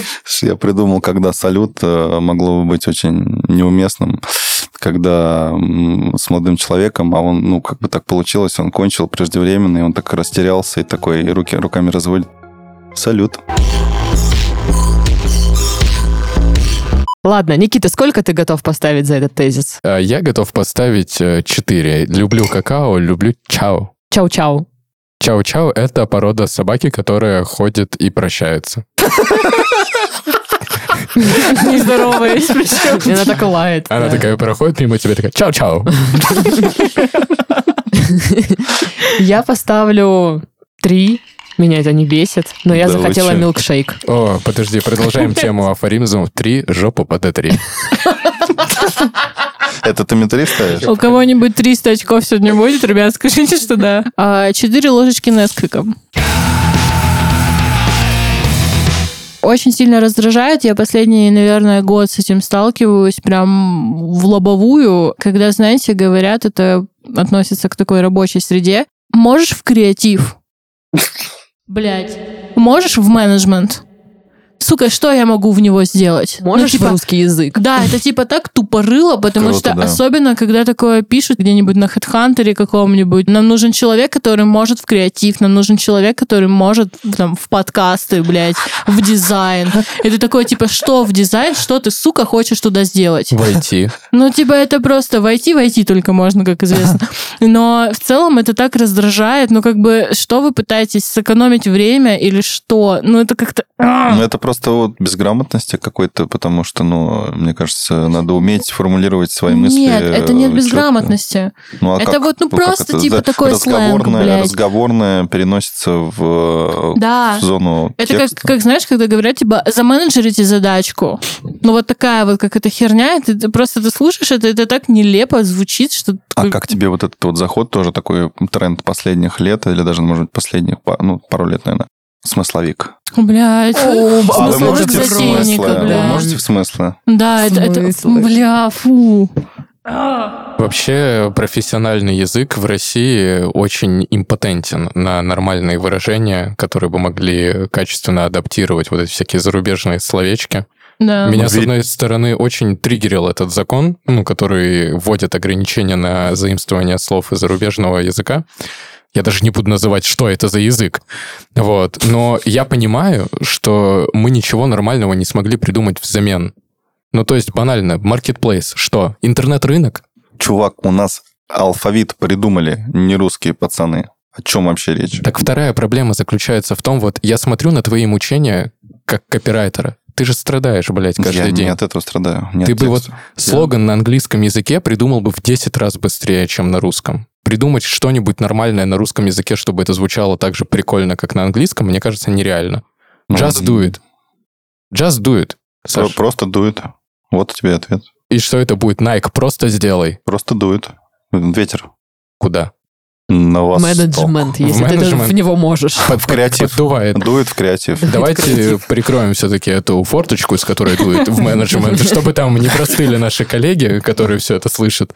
я придумал, когда салют э, могло бы быть очень неуместным, когда м, с молодым человеком, а он, ну, как бы так получилось, он кончил преждевременно, и он так растерялся, и такой и руки руками разводит. Салют. Ладно, Никита, сколько ты готов поставить за этот тезис? А Я готов поставить 4. Люблю какао, люблю чао. Чау-чау. Чао-чао — это порода собаки, которая ходит и прощается. Нездоровая, причем. И Она так и лает. Она да. такая проходит мимо тебя, такая чао-чао. Я поставлю три. Меня это не бесит, но я Да вы захотела чё? милкшейк. О, подожди, продолжаем тему афоризмов. Три жопу по Д3. Это ты мне три ставишь? У кого-нибудь 300 очков сегодня будет, ребят, скажите, что да. А, Четыре ложечки Несквика. Очень сильно раздражает. Я последний, наверное, год с этим сталкиваюсь прям в лобовую, когда, знаете, говорят, это относится к такой рабочей среде. Можешь в креатив? Блять. Можешь в менеджмент? Сука, что я могу в него сделать? Ну, Можешь типа, в русский язык? да, это типа так тупорыло, потому Круто, что да. особенно, когда такое пишут где-нибудь на хедхантере каком-нибудь, нам нужен человек, который может в креатив, нам нужен человек, который может в, там, в подкасты, блядь, в дизайн. И ты такой, типа, что в дизайн, что ты, сука, хочешь туда сделать? Войти. Ну, типа, это просто войти, войти только можно, как известно. Но в целом это так раздражает. Ну, как бы, что вы пытаетесь сэкономить время или что? Ну, это как-то... Ну, это просто вот безграмотности какой-то, потому что, ну, мне кажется, надо уметь формулировать свои мысли. Нет, это нет э, безграмотности. чётко. Ну, а Это как- вот, ну, как просто это? типа Да, такой сленг, разговорное- блядь. Разговорное переносится в, э, Да. в зону Это как, текста. как, знаешь, когда говорят, типа, заменеджерите задачку. Ну, вот такая вот, как эта херня, и ты, ты просто ты слушаешь это, это так нелепо звучит, что... ты А такой, как тебе вот этот вот заход, тоже такой тренд последних лет, или даже, может быть, последних, па- ну, пару лет, наверное, смысловик. Блядь. А смысловик вы можете в затейника, смысле? Вы бля. можете в смысле? Да, это, это... Смысловик. Бля, фу. Вообще, профессиональный язык в России очень импотентен на нормальные выражения, которые бы могли качественно адаптировать вот эти всякие зарубежные словечки. Да. Меня, с Вер- одной стороны, очень триггерил этот закон, ну, который вводит ограничения на заимствование слов из зарубежного языка. Я даже не буду называть, что это за язык. Вот. Но я понимаю, что мы ничего нормального не смогли придумать взамен. Ну, то есть, банально, маркетплейс, что? Интернет-рынок? Чувак, у нас алфавит придумали не русские пацаны. О чем вообще речь? Так вторая проблема заключается в том, вот я смотрю на твои мучения как копирайтера. Ты же страдаешь, блядь, каждый я день. не от этого страдаю. не Ты от бы текста. Слоган на английском языке придумал бы в 10 раз быстрее, чем на русском. Придумать что-нибудь нормальное на русском языке, чтобы это звучало так же прикольно, как на английском, мне кажется, нереально. Ну, Just do it. Just do it. Про- Саш. Просто дует. Вот тебе ответ. И что это будет? Nike, просто сделай. Просто дует. Ветер. Куда? На вас. Менеджмент, В если ты даже менеджмент. в него можешь. Под, в креатив. Поддувает. Дует в креатив. Давайте прикроем все-таки эту форточку, из которой дует в менеджмент, чтобы там не простыли наши коллеги, которые все это слышат.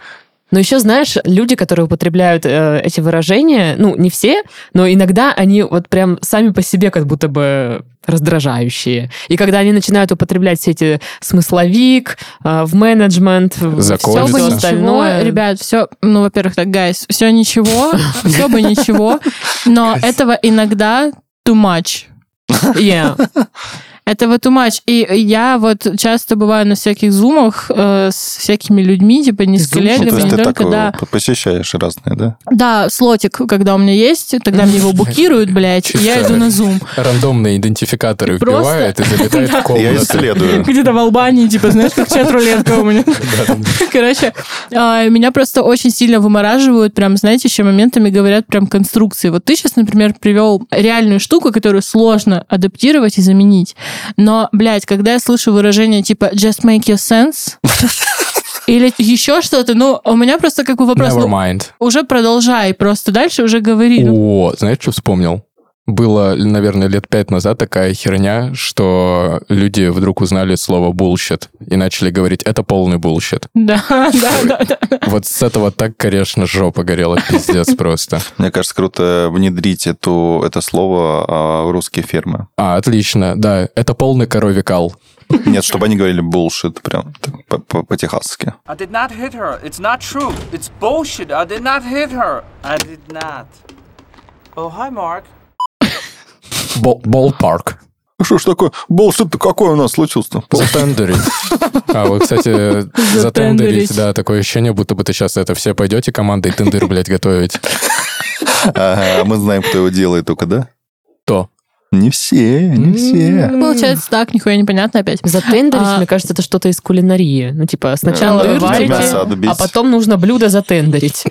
Но еще, знаешь, люди, которые употребляют э, эти выражения, ну, не все, но иногда они вот прям сами по себе как будто бы раздражающие. И когда они начинают употреблять все эти смысловик, э, в менеджмент, все Заколется. бы Всё Ничего, остальное. ребят, все, ну, во-первых, так, guys, все ничего, все бы ничего, но этого иногда too much. Yeah. Этого too much. И я вот часто бываю на всяких зумах э, с всякими людьми, типа не с Зум? Ну, Ну, то коллегами, есть не ты так только, да. э, посещаешь разные, да? Да, слотик, когда у меня есть, тогда мне его букируют, блядь, и я Чисто. иду на зум. Рандомные идентификаторы Просто- вбивает и залетает в Я комнату. исследую. Где-то в Албании, типа, знаешь, как чат-рулетка у меня. Короче, а, меня просто очень сильно вымораживают, прям, знаете, еще моментами говорят прям конструкции. Вот ты сейчас, например, привел реальную штуку, которую сложно адаптировать и заменить. Но, блядь, когда я слышу выражение типа «just make your sense», Или еще что-то. Ну, у меня просто как бы вопрос. Never ну, mind. уже продолжай, просто дальше уже говори. Ну, О, знаешь, что вспомнил? Было, наверное, лет пять назад такая херня, что люди вдруг узнали слово bullshit и начали говорить, это полный bullshit. Да, да, да, да. Вот с этого так, конечно, жопа горела, пиздец просто. Мне кажется, круто внедрить эту, это слово а, в русские фермы. А, отлично, да, это полный коровий кал. Нет, чтобы они говорили bullshit прям так по- по- по-техасски. I did not hit her. It's not true. It's bullshit. I did not hit her. I did not. Oh, hi, Mark. Болл-парк. А Что ж такое? Bullshit-то какой у нас случился-то? Затендерить. А вот, кстати, затендерить, да, такое ощущение, будто бы ты сейчас это все пойдете командой тендер, блядь, готовить. Ага, мы знаем, кто его делает только, да? То. Не все, М-м. не все. Получается так, нихуя непонятно опять. Затендерить, А. мне кажется, это что-то из кулинарии. Ну, типа, сначала Тендырить, варите, мясо отбить. а потом нужно блюдо затендерить.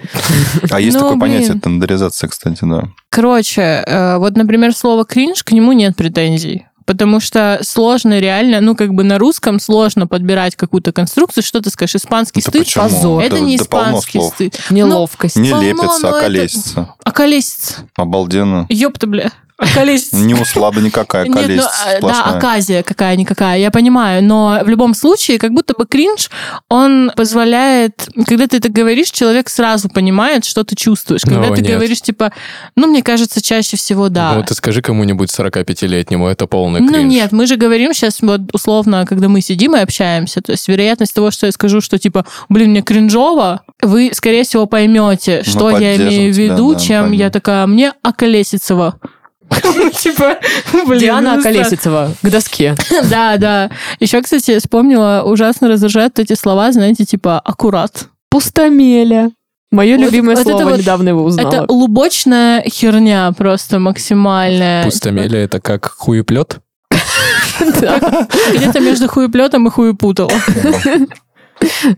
А есть Ну, такое понятие блин. тендеризация, кстати, да. Короче, э, вот, например, слово кринж, к нему нет претензий. Потому что сложно реально, ну, как бы на русском сложно подбирать какую-то конструкцию, что ты скажешь, испанский Да стыд, почему? позор. Да- Это не да полно испанский слов. стыд. Ну, Неловкость. Не Полно, лепится, но а это- колесится. Околесица. Обалденно. Ёпта, бля. Околесица. Не услада никакая Нет, ну, колесица э, да, сплошная. оказия какая-никакая, я понимаю, но в любом случае, как будто бы кринж, он позволяет, когда ты это говоришь, человек сразу понимает, что ты чувствуешь. Когда Ну, ты нет. говоришь, типа, ну, мне кажется, чаще всего да. Ну, вот ты скажи кому-нибудь 45-летнему, это полный кринж. Ну нет, мы же говорим сейчас вот условно, когда мы сидим и общаемся, то есть вероятность того, что я скажу, что типа, блин, мне кринжово, вы, скорее всего, поймете, Мы что я поддержим имею в тебя, виду, да, чем поймем. я такая, мне околесицево. Типа, блин, Диана ну, Стас, Колесицева к доске. Да, да. Еще, кстати, вспомнила, ужасно раздражают эти слова, знаете, типа аккурат. Пустомеля. Мое Вот- любимое вот это слово, вот- недавно его Это узнала. лубочная херня просто максимальная. Пустомелие это как хуеплет? Да. Где-то между хуеплетом и хуепутало.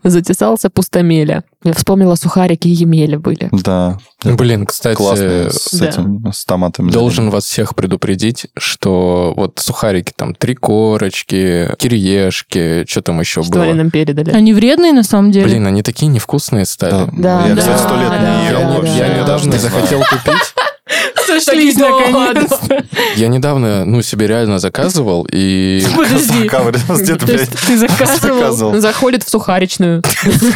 Затесался пустомеля. Я вспомнила, сухарики и емели были. Да, Блин, кстати, классно с Да. этим, с томатами. Должен вас всех предупредить, что вот сухарики там три корочки, кириешки, что там еще Что было. они нам передали? Они вредные на самом деле. Блин, они такие невкусные Да. стали. Да, я, да, кстати, сто лет да, не ел да, вообще. да, Я да. недавно Не захотел купить. Сошлись наконец-то. Я недавно, ну, себе реально заказывал, и Подожди. знаю. Где ты, То есть блядь, ты заказывал? заказывал? Заходит в сухаричную.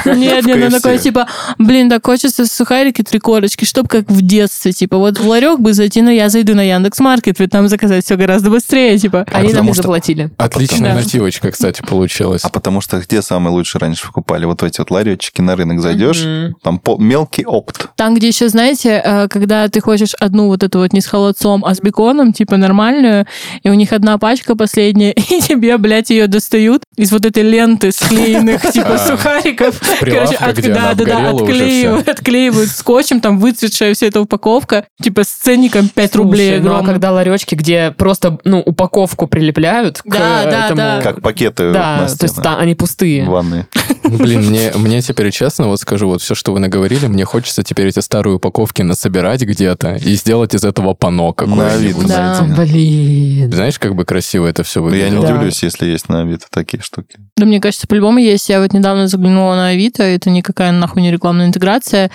Нет, нет, ну KFC. такой, типа, блин, так хочется сухарики, три корочки, чтоб как в детстве, типа, вот в ларек бы зайти, но я зайду на Яндекс.Маркет, ведь там заказать все гораздо быстрее, типа. Они нам А потому не что- заплатили. Отличная Да. нативочка, кстати, получилась. А потому что где самые лучшие раньше покупали? Вот в эти вот ларечки на рынок зайдешь, там по- мелкий опт. Там, где еще, знаете, э, когда ты хочешь одну вот эту вот не с холодцом, а с беконом, типа нормальную, и у них одна пачка последняя, и тебе, блядь, ее достают из вот этой ленты склеенных, типа сухариков. Короче, прилавка, А. где она да-да-да, обгорела уже отклеивают, отклеивают скотчем, там выцветшая вся эта упаковка, типа с ценником 5 рублей Слушай, ну а огромным. когда ларечки, где просто ну упаковку прилепляют к Да, да, этому... да. Как пакеты Да, на то есть стены. та- они пустые. Ванны. Ну, Блин, мне, мне теперь честно, вот скажу, вот все, что вы наговорили, мне хочется теперь эти старые упаковки насобирать где-то и сделать из этого пано На какое-нибудь. вид. Да. знаете. Блин. Знаешь, как бы красиво это все Ну, Я выглядит? не Да. удивлюсь, если есть на Авито такие штуки. Да, мне кажется, по-любому есть. Я вот недавно заглянула на Авито, это никакая нахуй не рекламная интеграция.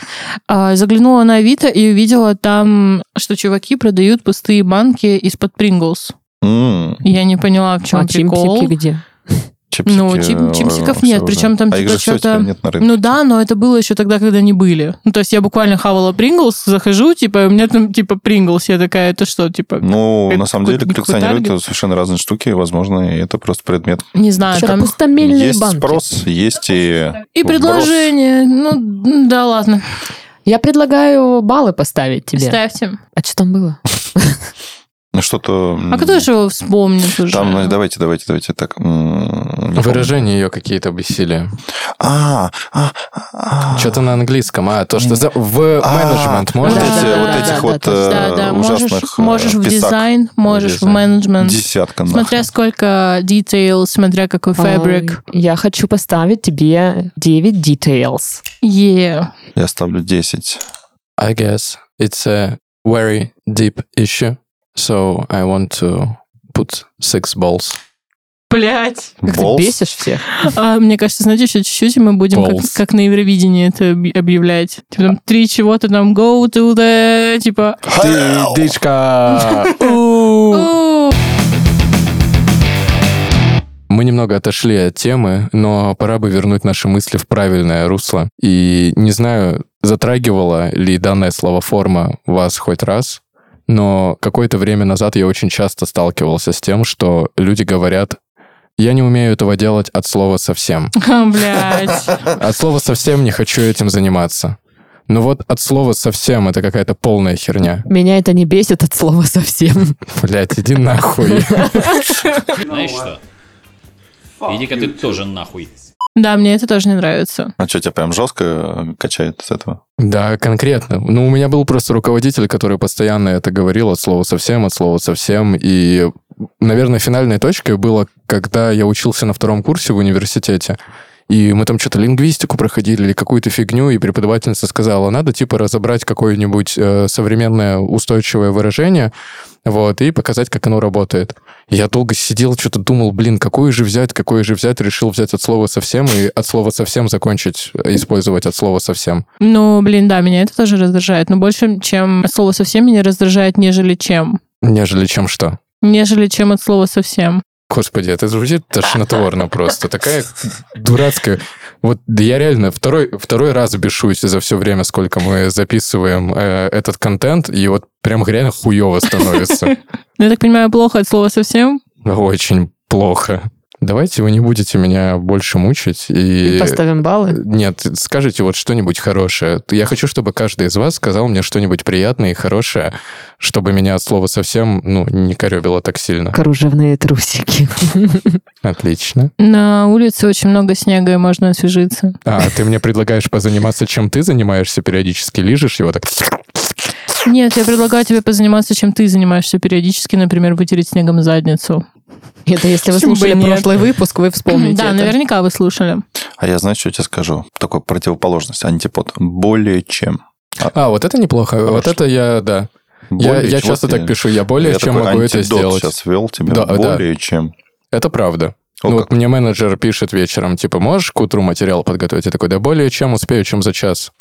А, заглянула на Авито и увидела там, что чуваки продают пустые банки из-под Принглс. М, Я не поняла, в чем а прикол. чипсики где? М-м, чипсики, Ну, чип- э, чипсиков всё нет, уже. причём там а их типа же всё чё-то- теперь нет на рынке. Ну да, но это было еще тогда, когда не были. Ну, то есть я буквально хавала Принглс, захожу, типа, и у меня там, типа, Принглс. Я такая, это что, типа, Ну, Это на самом деле, какой-то коллекционируют таргет. это совершенно разные штуки, возможно, и это просто предмет. не знаю, Что, там... пустомельные есть банки. спрос, есть и... И вброс. предложение. Ну, да ладно, Я предлагаю баллы поставить тебе. ставьте. А что там было? Ну, Что-то... м, А кто же его вспомнит уже? Там, ну, давайте, давайте, давайте так. м, не Выражения ее какие-то бессилия. помню. А, а, а, а. Что-то на английском, а то, что за- в А, менеджмент Вот можно. Да, эти- да, вот да, этих да, вот да, да, э, да. Можешь- ужасных э, Можешь в писак. дизайн, можешь в дизайн. менеджмент. Десятка, нахуй. Смотря сколько detail, смотря какой фабрик. Ой, А, Я хочу поставить тебе 9 details. Yeah. Я ставлю 10. I guess it's a very deep issue, so I want to put six balls. Блять. Как ты бесишь всех. А, мне кажется, знаете, еще чуть-чуть, и мы будем как, Balls. как на Евровидении это объ- объявлять. Типа там три чего-то там go to the... Типа... Дичка! Мы немного отошли от темы, но пора бы вернуть наши мысли в правильное русло. И не знаю, затрагивала ли данная словоформа вас хоть раз, но какое-то время назад я очень часто сталкивался с тем, что люди говорят, я не умею этого делать от слова совсем. А, Блять. От слова совсем не хочу этим заниматься. Но вот от слова совсем это какая-то полная херня. Меня это не бесит от слова совсем. Блять, иди нахуй. Знаешь что? Иди-ка ты тоже нахуй. Да, мне это тоже не нравится. А что, тебя прям жестко э, качает с этого? Да, конкретно. Ну, у меня был просто руководитель, который постоянно это говорил от слова совсем, от слова совсем. И, наверное, финальной точкой было, когда я учился на втором курсе в университете. И мы там что-то лингвистику проходили или какую-то фигню, и преподавательница сказала, надо типа разобрать какое-нибудь э, современное устойчивое выражение, вот, и показать, как оно работает. Я долго сидел, что-то думал, блин, какое же взять, какое же взять, решил взять от слова совсем и от слова совсем закончить, э, использовать от слова совсем. Ну, блин, да, меня это тоже раздражает. Но больше, чем от слова совсем меня раздражает, нежели чем. Нежели чем что? Нежели чем от слова совсем. Господи, это звучит тошнотворно просто. Такая дурацкая. Вот да я реально второй, второй раз бешусь за все время, сколько мы записываем э, этот контент, и вот прям реально хуево становится. Ну, я так понимаю, плохо от слова совсем? Очень плохо. Давайте вы не будете меня больше мучить и... И поставим баллы? Нет, скажите вот что-нибудь хорошее. Я хочу, чтобы каждый из вас сказал мне что-нибудь приятное и хорошее, чтобы меня от слова совсем, ну, не коребило так сильно. Кружевные трусики. Отлично. На улице очень много снега, и можно освежиться. А, ты мне предлагаешь позаниматься, чем ты занимаешься периодически, лижешь его так. Нет, я предлагаю тебе позаниматься, чем ты занимаешься периодически, например, вытереть снегом задницу. Это если вы Почему бы слушали и нет? прошлый выпуск, вы вспомните Да, это. наверняка вы слушали. А я знаю, что я тебе скажу. Такой противоположность, антипод. Более чем. А, вот это неплохо. Вот это я, да. Я, Более я чем- часто так пишу, я более Я чем такой могу это антидот сделать. сейчас ввел тебе. Да, да. более чем. Это правда. ну, вот мне менеджер пишет вечером, типа, можешь к утру материал подготовить? Я такой, да более чем успею, чем за час.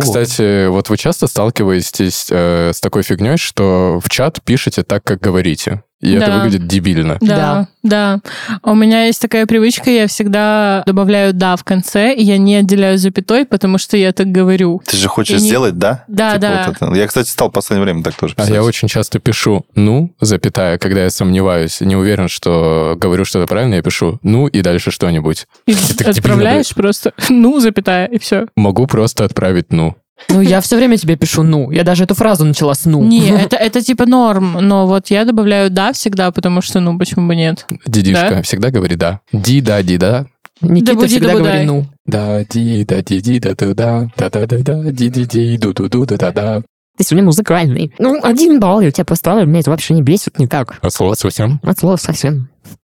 Кстати, вот вы часто сталкиваетесь э, с такой фигней, что в чат пишете так, как говорите. И это Да. выглядит дебильно. Да, да. У меня есть такая привычка, я всегда добавляю «да» в конце, и я не отделяю запятой, потому что я так говорю. Ты же хочешь И не- сделать, да? Да, Типа да. вот это. Я, кстати, стал в последнее время так тоже А писать. я очень часто пишу «ну», запятая, когда я сомневаюсь, не уверен, что говорю что-то правильно, я пишу «ну» и дальше что-нибудь. И так отправляешь просто «ну», запятая, и все. Могу просто отправить «ну». Ну, я все время тебе пишу «ну». Я даже эту фразу начала с «ну». Не, это, это типа норм, но вот я добавляю «да» всегда, потому что, ну, почему бы нет? Дидишка Да? всегда говори «да». Ди, да, ди, да. Никита буди, всегда да говорит будай. «ну». Да, ди, да, ди, ди, да, да, да, да, да, да, да, ди, ди, ди, ду, ду, ду, да, да, да. Ты сегодня музыкальный. Ну, один балл я тебя поставлю, меня это вообще не бесит никак. А слова совсем? От слова совсем.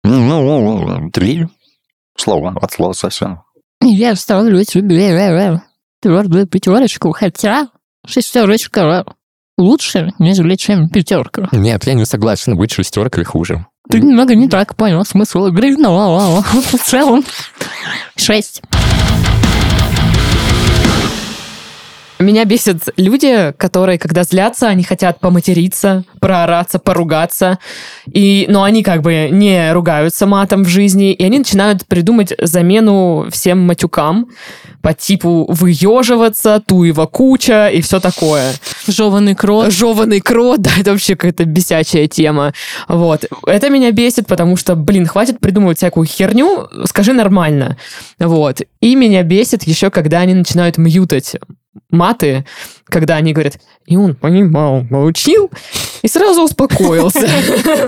Ну, Три слова от слова совсем. Я ставлю тебе э, твердую пятерочку, хотя шестерочка лучше, нежели чем пятерка. Нет, я не согласен, быть шестеркой хуже. Ты немного не так понял смысл игры, Ну, но в целом шесть. Меня бесят люди, которые, когда злятся, они хотят поматериться, проораться, поругаться. И, но они как бы не ругаются матом в жизни, и они начинают придумать замену всем матюкам по типу выеживаться, туева куча и все такое. Жеванный крот. Жеванный крот, да, это вообще какая-то бесячая тема. Вот. Это меня бесит, потому что, блин, хватит придумывать всякую херню, скажи нормально. Вот. И меня бесит еще, когда они начинают мьютать маты, когда они говорят, и он понимал, научил, и сразу успокоился.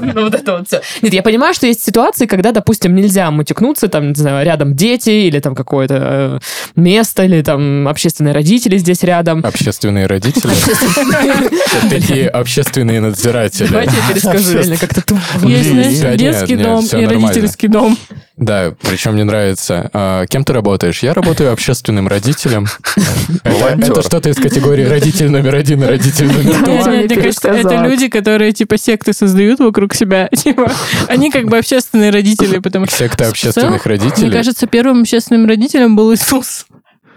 Ну, вот это вот все. Нет, я понимаю, что есть ситуации, когда, допустим, нельзя мутикнуться, там, не знаю, рядом дети, или там какое-то э, место, или там общественные родители здесь рядом. Общественные родители? Такие общественные надзиратели. Давайте я перескажу, реально как-то тупо. Есть, Есть, знаешь, да, нет, детский нет, дом всё и нормально. родительский дом. Да, причем мне нравится. а, кем ты работаешь? Я работаю общественным родителем. Это Волонтер. это что-то из категории родитель номер один и родитель номер Мне два. мне кажется, это люди, которые типа секты создают вокруг себя. Типа, они как бы общественные родители, потому что... Секта в общественных целом, родителей. Мне кажется, первым общественным родителем был Иисус.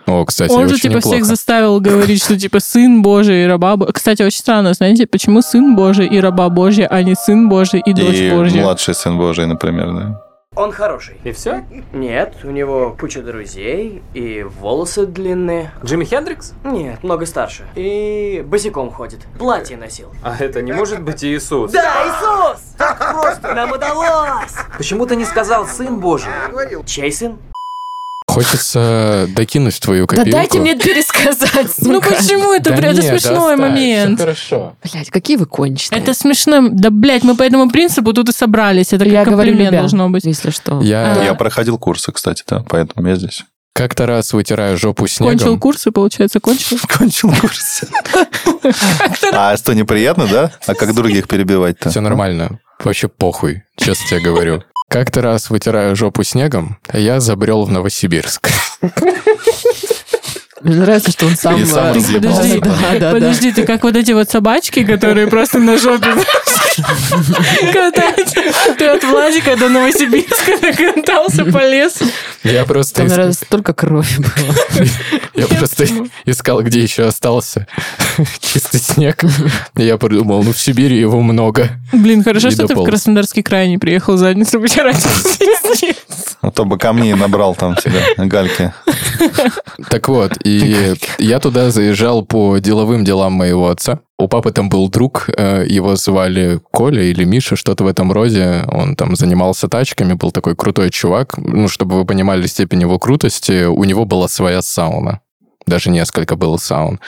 О, кстати, Он же очень типа всех неплохо. заставил говорить, что типа сын Божий и раба Бо- Кстати, очень странно, знаете, почему сын Божий и раба Божья, а не сын Божий и дочь И Божья? младший сын Божий, например, да. Он хороший. И все? Нет, у него куча друзей и волосы длинные. Джимми Хендрикс? Нет, много старше. И босиком ходит. Платье носил. А это не может быть Иисус? Да, Иисус! Так просто нам удалось! Почему ты не сказал сын Божий? Чей сын? Хочется докинуть твою Да копилку. дайте мне пересказать, Ну сука. почему это, Да блядь, это не, смешной достань, момент? всё хорошо. Блядь, какие вы конченые. Это смешно. Да, блядь, мы по этому принципу тут и собрались. Это Я как говорю комплимент любя, должно быть. если что. А. Я Я проходил курсы, кстати, да, поэтому я здесь. как-то раз вытираю жопу Кончил снегом. курсы, получается, кончил? Кончил курсы. А что, неприятно, да? А как других перебивать-то? Все нормально. Вообще похуй, честно тебе говорю. Как-то раз вытираю жопу снегом, а я забрел в Новосибирск. Мне нравится, что он сам... И сам э, разъебался, Подожди, да. Да, да, да. подожди, ты как вот эти вот собачки, которые просто на жопе катаются. Ты от Владика до Новосибирска накатался по лесу. Я просто, Там, иск- наверное, столько крови было. я просто искал, где еще остался чистый снег. И Я подумал, ну в Сибири его много. Блин, хорошо, И что ты в дополз. Краснодарский край не приехал задницу вытирать. А то бы камней набрал там себе гальки. Так вот, и я туда заезжал по деловым делам моего отца. У папы там был друг, э, его звали Коля или Миша, что-то в этом роде. Он там занимался тачками, был такой крутой чувак. Ну, чтобы вы понимали степень его крутости, у него была своя сауна. Даже несколько было саун.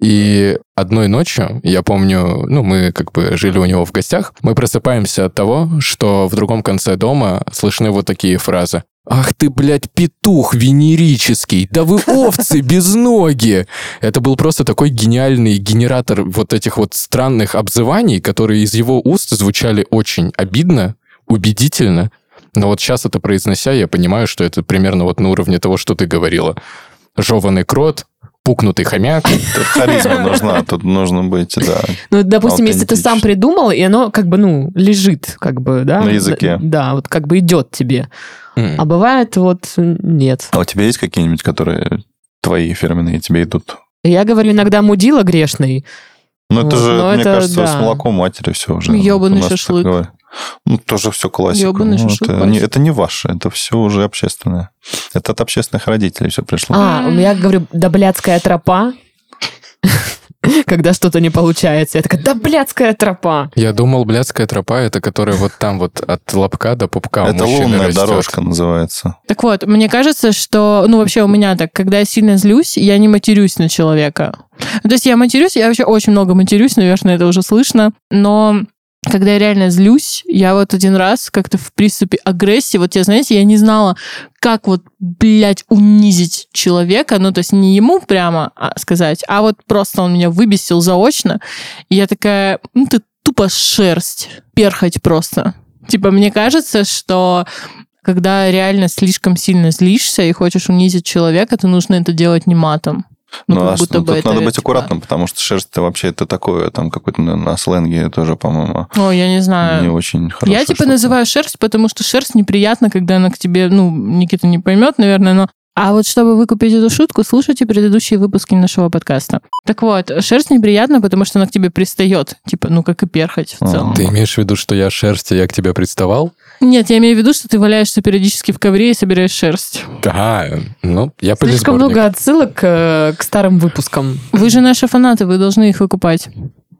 И одной ночью, я помню, ну, мы как бы жили у него в гостях, мы просыпаемся от того, что в другом конце дома слышны вот такие фразы. «Ах ты, блядь, петух венерический! Да вы овцы без ноги!» Это был просто такой гениальный генератор вот этих вот странных обзываний, которые из его уст звучали очень обидно, убедительно. Но вот сейчас это произнося, я понимаю, что это примерно вот на уровне того, что ты говорила. Жеванный крот, пукнутый хомяк. Тут харизма нужна, тут нужно быть, да. Ну, допустим, если ты сам Аутентично. придумал, и оно как бы, ну, лежит, как бы, да? На языке. Да, вот как бы идет тебе. М. А бывает вот нет. А у тебя есть какие-нибудь, которые твои фирменные тебе идут? Я говорю иногда мудила грешный. Ну, это Вот, же, но мне это кажется, да. с молоком матери все уже. Ну, Ёбаный У нас так шашлык. говорят. Ну, тоже все классика. Ёбаный Ну, это, шашлык, не, классика. это не ваше, это все уже общественное. Это от общественных родителей все пришло. А, я говорю, да блядская тропа. Когда что-то не получается, я такая, да блядская тропа. Я думал, блядская тропа, это которая вот там вот от лобка до пупка у это А, мужчины лунная растет. дорожка называется. Так вот, мне кажется, что, ну, вообще у меня так, когда я сильно злюсь, я не матерюсь на человека. Ну, То есть я матерюсь, я вообще очень много матерюсь, наверное, это уже слышно, но когда я реально злюсь, я вот один раз как-то в приступе агрессии, вот я, знаете, я не знала, как вот, блядь, унизить человека, ну, то есть не ему прямо а, сказать, а вот просто он меня выбесил заочно, и я такая, ну, ты тупо шерсть, перхоть просто. Типа, мне кажется, что когда реально слишком сильно злишься и хочешь унизить человека, то нужно это делать не матом. Ну, а как будто что- бы тут это, надо быть типа, аккуратным, потому что шерсть-то вообще это такое, там какой-то на, на сленге тоже, по-моему, О, я не знаю. не очень хорошо. А, Я типа называю шерсть, потому что шерсть неприятно, когда она к тебе, ну, Никита не поймет, наверное, но... А вот чтобы выкупить эту шутку, слушайте предыдущие выпуски нашего подкаста. Так вот, шерсть неприятна, потому что она к тебе пристает. Типа, ну, как и перхоть в Ага. целом. Ты имеешь в виду, что я шерсть, и я к тебе приставал? Нет, я имею в виду, что ты валяешься периодически в ковре и собираешь шерсть. Да, ну, я Слишком пылесборник. много отсылок э, к старым выпускам. Вы же наши фанаты, вы должны их выкупать.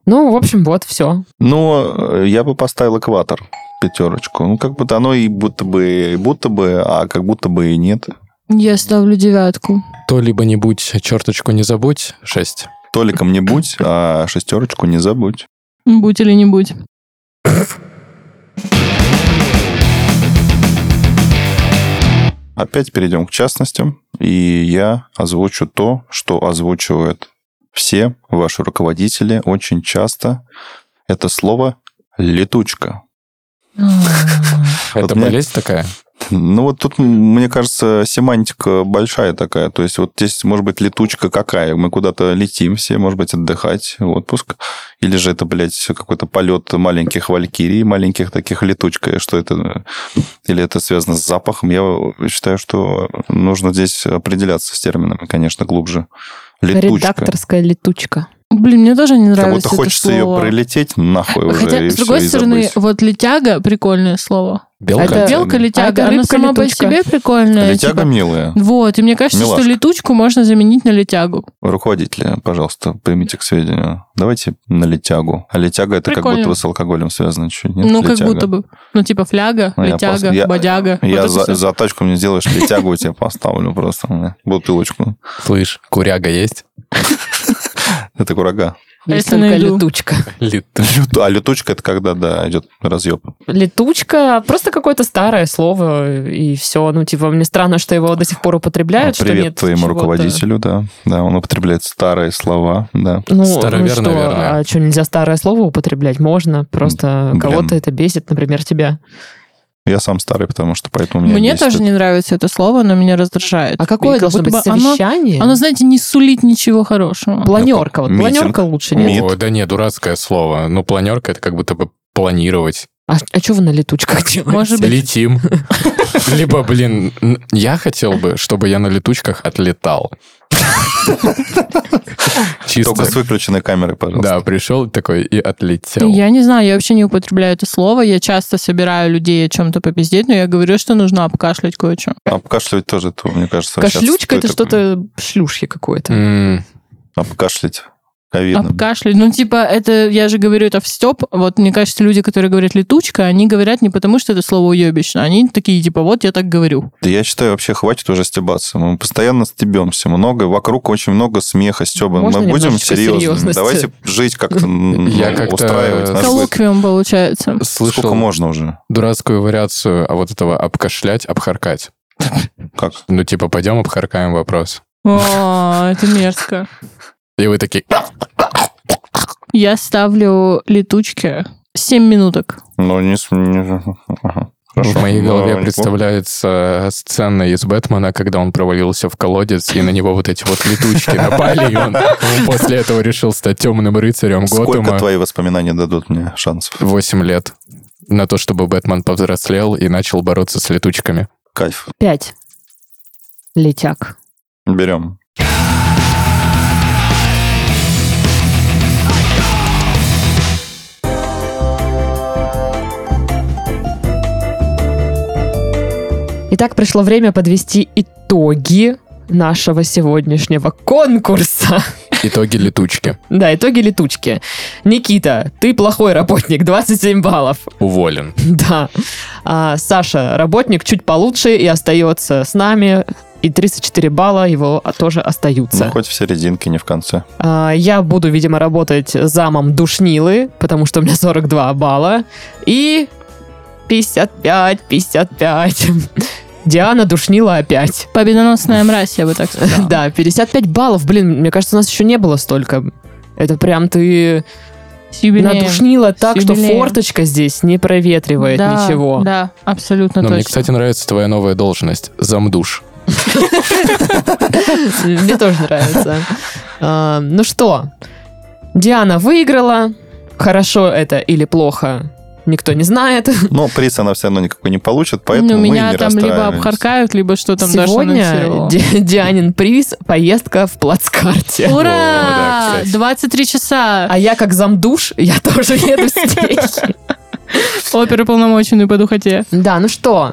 Ну, в общем, вот, все. Но Ну, э, я бы поставил экватор пятерочку. Ну, как будто оно и будто бы, и будто бы, а как будто бы и нет. Я ставлю девятку. То либо не будь, черточку не забудь, шесть. Толиком не будь, а шестерочку не забудь. Будь или не будь. Опять перейдем к частностям, и я озвучу то, что озвучивают все ваши руководители очень часто. Это слово «летучка». Это мне- А, болезнь такая? Ну вот тут, мне кажется, семантика большая такая. То есть вот здесь, может быть, летучка какая? Мы куда-то летим все, может быть, отдыхать, отпуск. Или же это, блядь, какой-то полет маленьких валькирий, маленьких таких летучка. Что это? э, Или это связано с запахом? Я считаю, что нужно здесь определяться с терминами, конечно, глубже. Летучка. Редакторская летучка. Блин, мне тоже не Как нравится будто это хочется ее слово. пролететь нахуй уже. Хотя, и с всё, другой и стороны, забыть. вот летяга прикольное слово. Белка, А это- белка А летяга, это она рыбка сама по летучка. себе прикольная. Летяга типа. милая. Вот, и мне кажется, Милашка. что летучку можно заменить на летягу. Руководители, пожалуйста, примите к сведению. Давайте на летягу. А летяга это как Прикольно. будто бы с алкоголем связано чуть нет? ну, как Летяга. будто бы. Ну, типа фляга, Ну, я летяга, пос- я- бодяга. Я Вот это за, всё. за тачку мне сделаешь летягу, я тебе поставлю просто бля, бутылочку. Слышь, куряга есть? Это курага. Есть А Если только найду. летучка. Лют- А летучка это когда, да, идет разъеб. Летучка просто какое-то старое слово, и все. Ну, типа, мне странно, что его до сих пор употребляют. что А, Привет нет твоему чего-то. руководителю, да. Да, он употребляет старые слова, да. Ну, ну Староверно, что, наверное. а что, нельзя старое слово употреблять? Можно, просто Блин. кого-то это бесит, например, тебя. Я сам старый, потому что поэтому меня Мне бесит тоже это. не нравится это слово, оно меня раздражает. А какое И как должно будто быть бы оно- совещание? Оно, знаете, не сулит ничего хорошего. Планерка, вот Ну, Митинг. планерка лучше, нет? Мит. Ой, да не, дурацкое слово. Ну, планерка это как будто бы планировать. А, а что вы на летучках делаете? Может быть, Летим. Либо, блин, н- я хотел бы, чтобы я на летучках отлетал. Только с Чисто. выключенной камерой, пожалуйста. Да, пришел такой и отлетел. Я не знаю, я вообще не употребляю это слово. Я часто собираю людей о чем-то попиздеть, но я говорю, что нужно обкашлять кое-что. Обкашливать А тоже, это, мне кажется, сейчас Кошлючка — это стоит- что-то шлюшье какое-то. М, Обкашлять. А Ковидно. Обкашлять. Ну, типа, это, я же говорю, это в степ. Вот, мне кажется, люди, которые говорят летучка, они говорят не потому, что это слово уебищно. Они такие, типа, вот я так говорю. Да я считаю, вообще хватит уже стебаться. Мы постоянно стебемся. Много, вокруг очень много смеха, стеба. Можно Мы будем немножечко серьезными. серьезности? Давайте жить как-то, м, Я ну, как-то устраивать. Наш будет- Коллоквиум получается. Сколько Слышал можно уже? дурацкую вариацию а вот этого обкашлять, обхаркать. Как? Ну, типа, пойдем обхаркаем вопрос. О, это мерзко. И вы такие, Я ставлю летучке 7 минуток. Ну, не... с- не- ага. Хорошо. В моей Ну, голове не представляется сцена из Бэтмена, когда он провалился в колодец, и на него вот эти вот летучки напали, и он после этого решил стать темным рыцарем плохо. Сколько Готэма. твои воспоминания дадут мне шансов? 8 лет на то, чтобы Бэтмен повзрослел и начал бороться с летучками. Кайф. Пять. Летяк. Берем. Итак, пришло время подвести итоги нашего сегодняшнего конкурса. Итоги летучки. Да, итоги летучки. Никита, ты плохой работник, 27 баллов. Уволен. Да. А, Саша, работник чуть получше и остается с нами. И 34 балла его а, тоже Ну, остаются. хоть в серединке, не в конце. А, Я буду, видимо, работать замом душнилы, потому что у меня 42 балла. И 55, 55. Диана душнила опять. Победоносная мразь, я бы так сказала. Да, 55 баллов, блин, мне кажется, у нас еще не было столько. Это прям ты С юбилеем. надушнила так, что юбилеем. форточка здесь не проветривает Да, ничего. Да, Но абсолютно Ну, точно. мне, кстати, нравится твоя новая должность. Замдуш. Мне тоже нравится. А, Ну что, Диана выиграла. Хорошо это или плохо, никто не знает. Но приз она все равно никакой не получит, поэтому Ну, мы и меня не там либо расстраиваемся. обхаркают, либо что там Даша Сегодня анонсировала. Ди- Дианин приз – поездка в плацкарте. Ура! да, кстати. 23 часа. А я как замдуш, я тоже еду с ней. Оперуполномоченный по духоте. Да, ну что,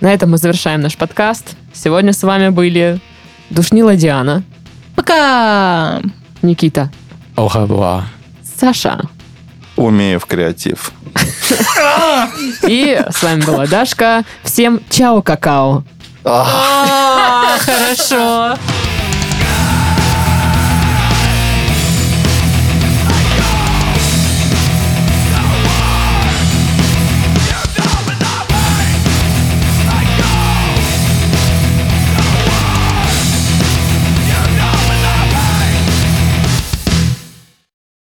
на этом мы завершаем наш подкаст. Сегодня с вами были Душнила Диана, Пока! Никита, Ого, Саша. Умею в креатив. И с вами была Дашка. Всем чао-какао. А, хорошо.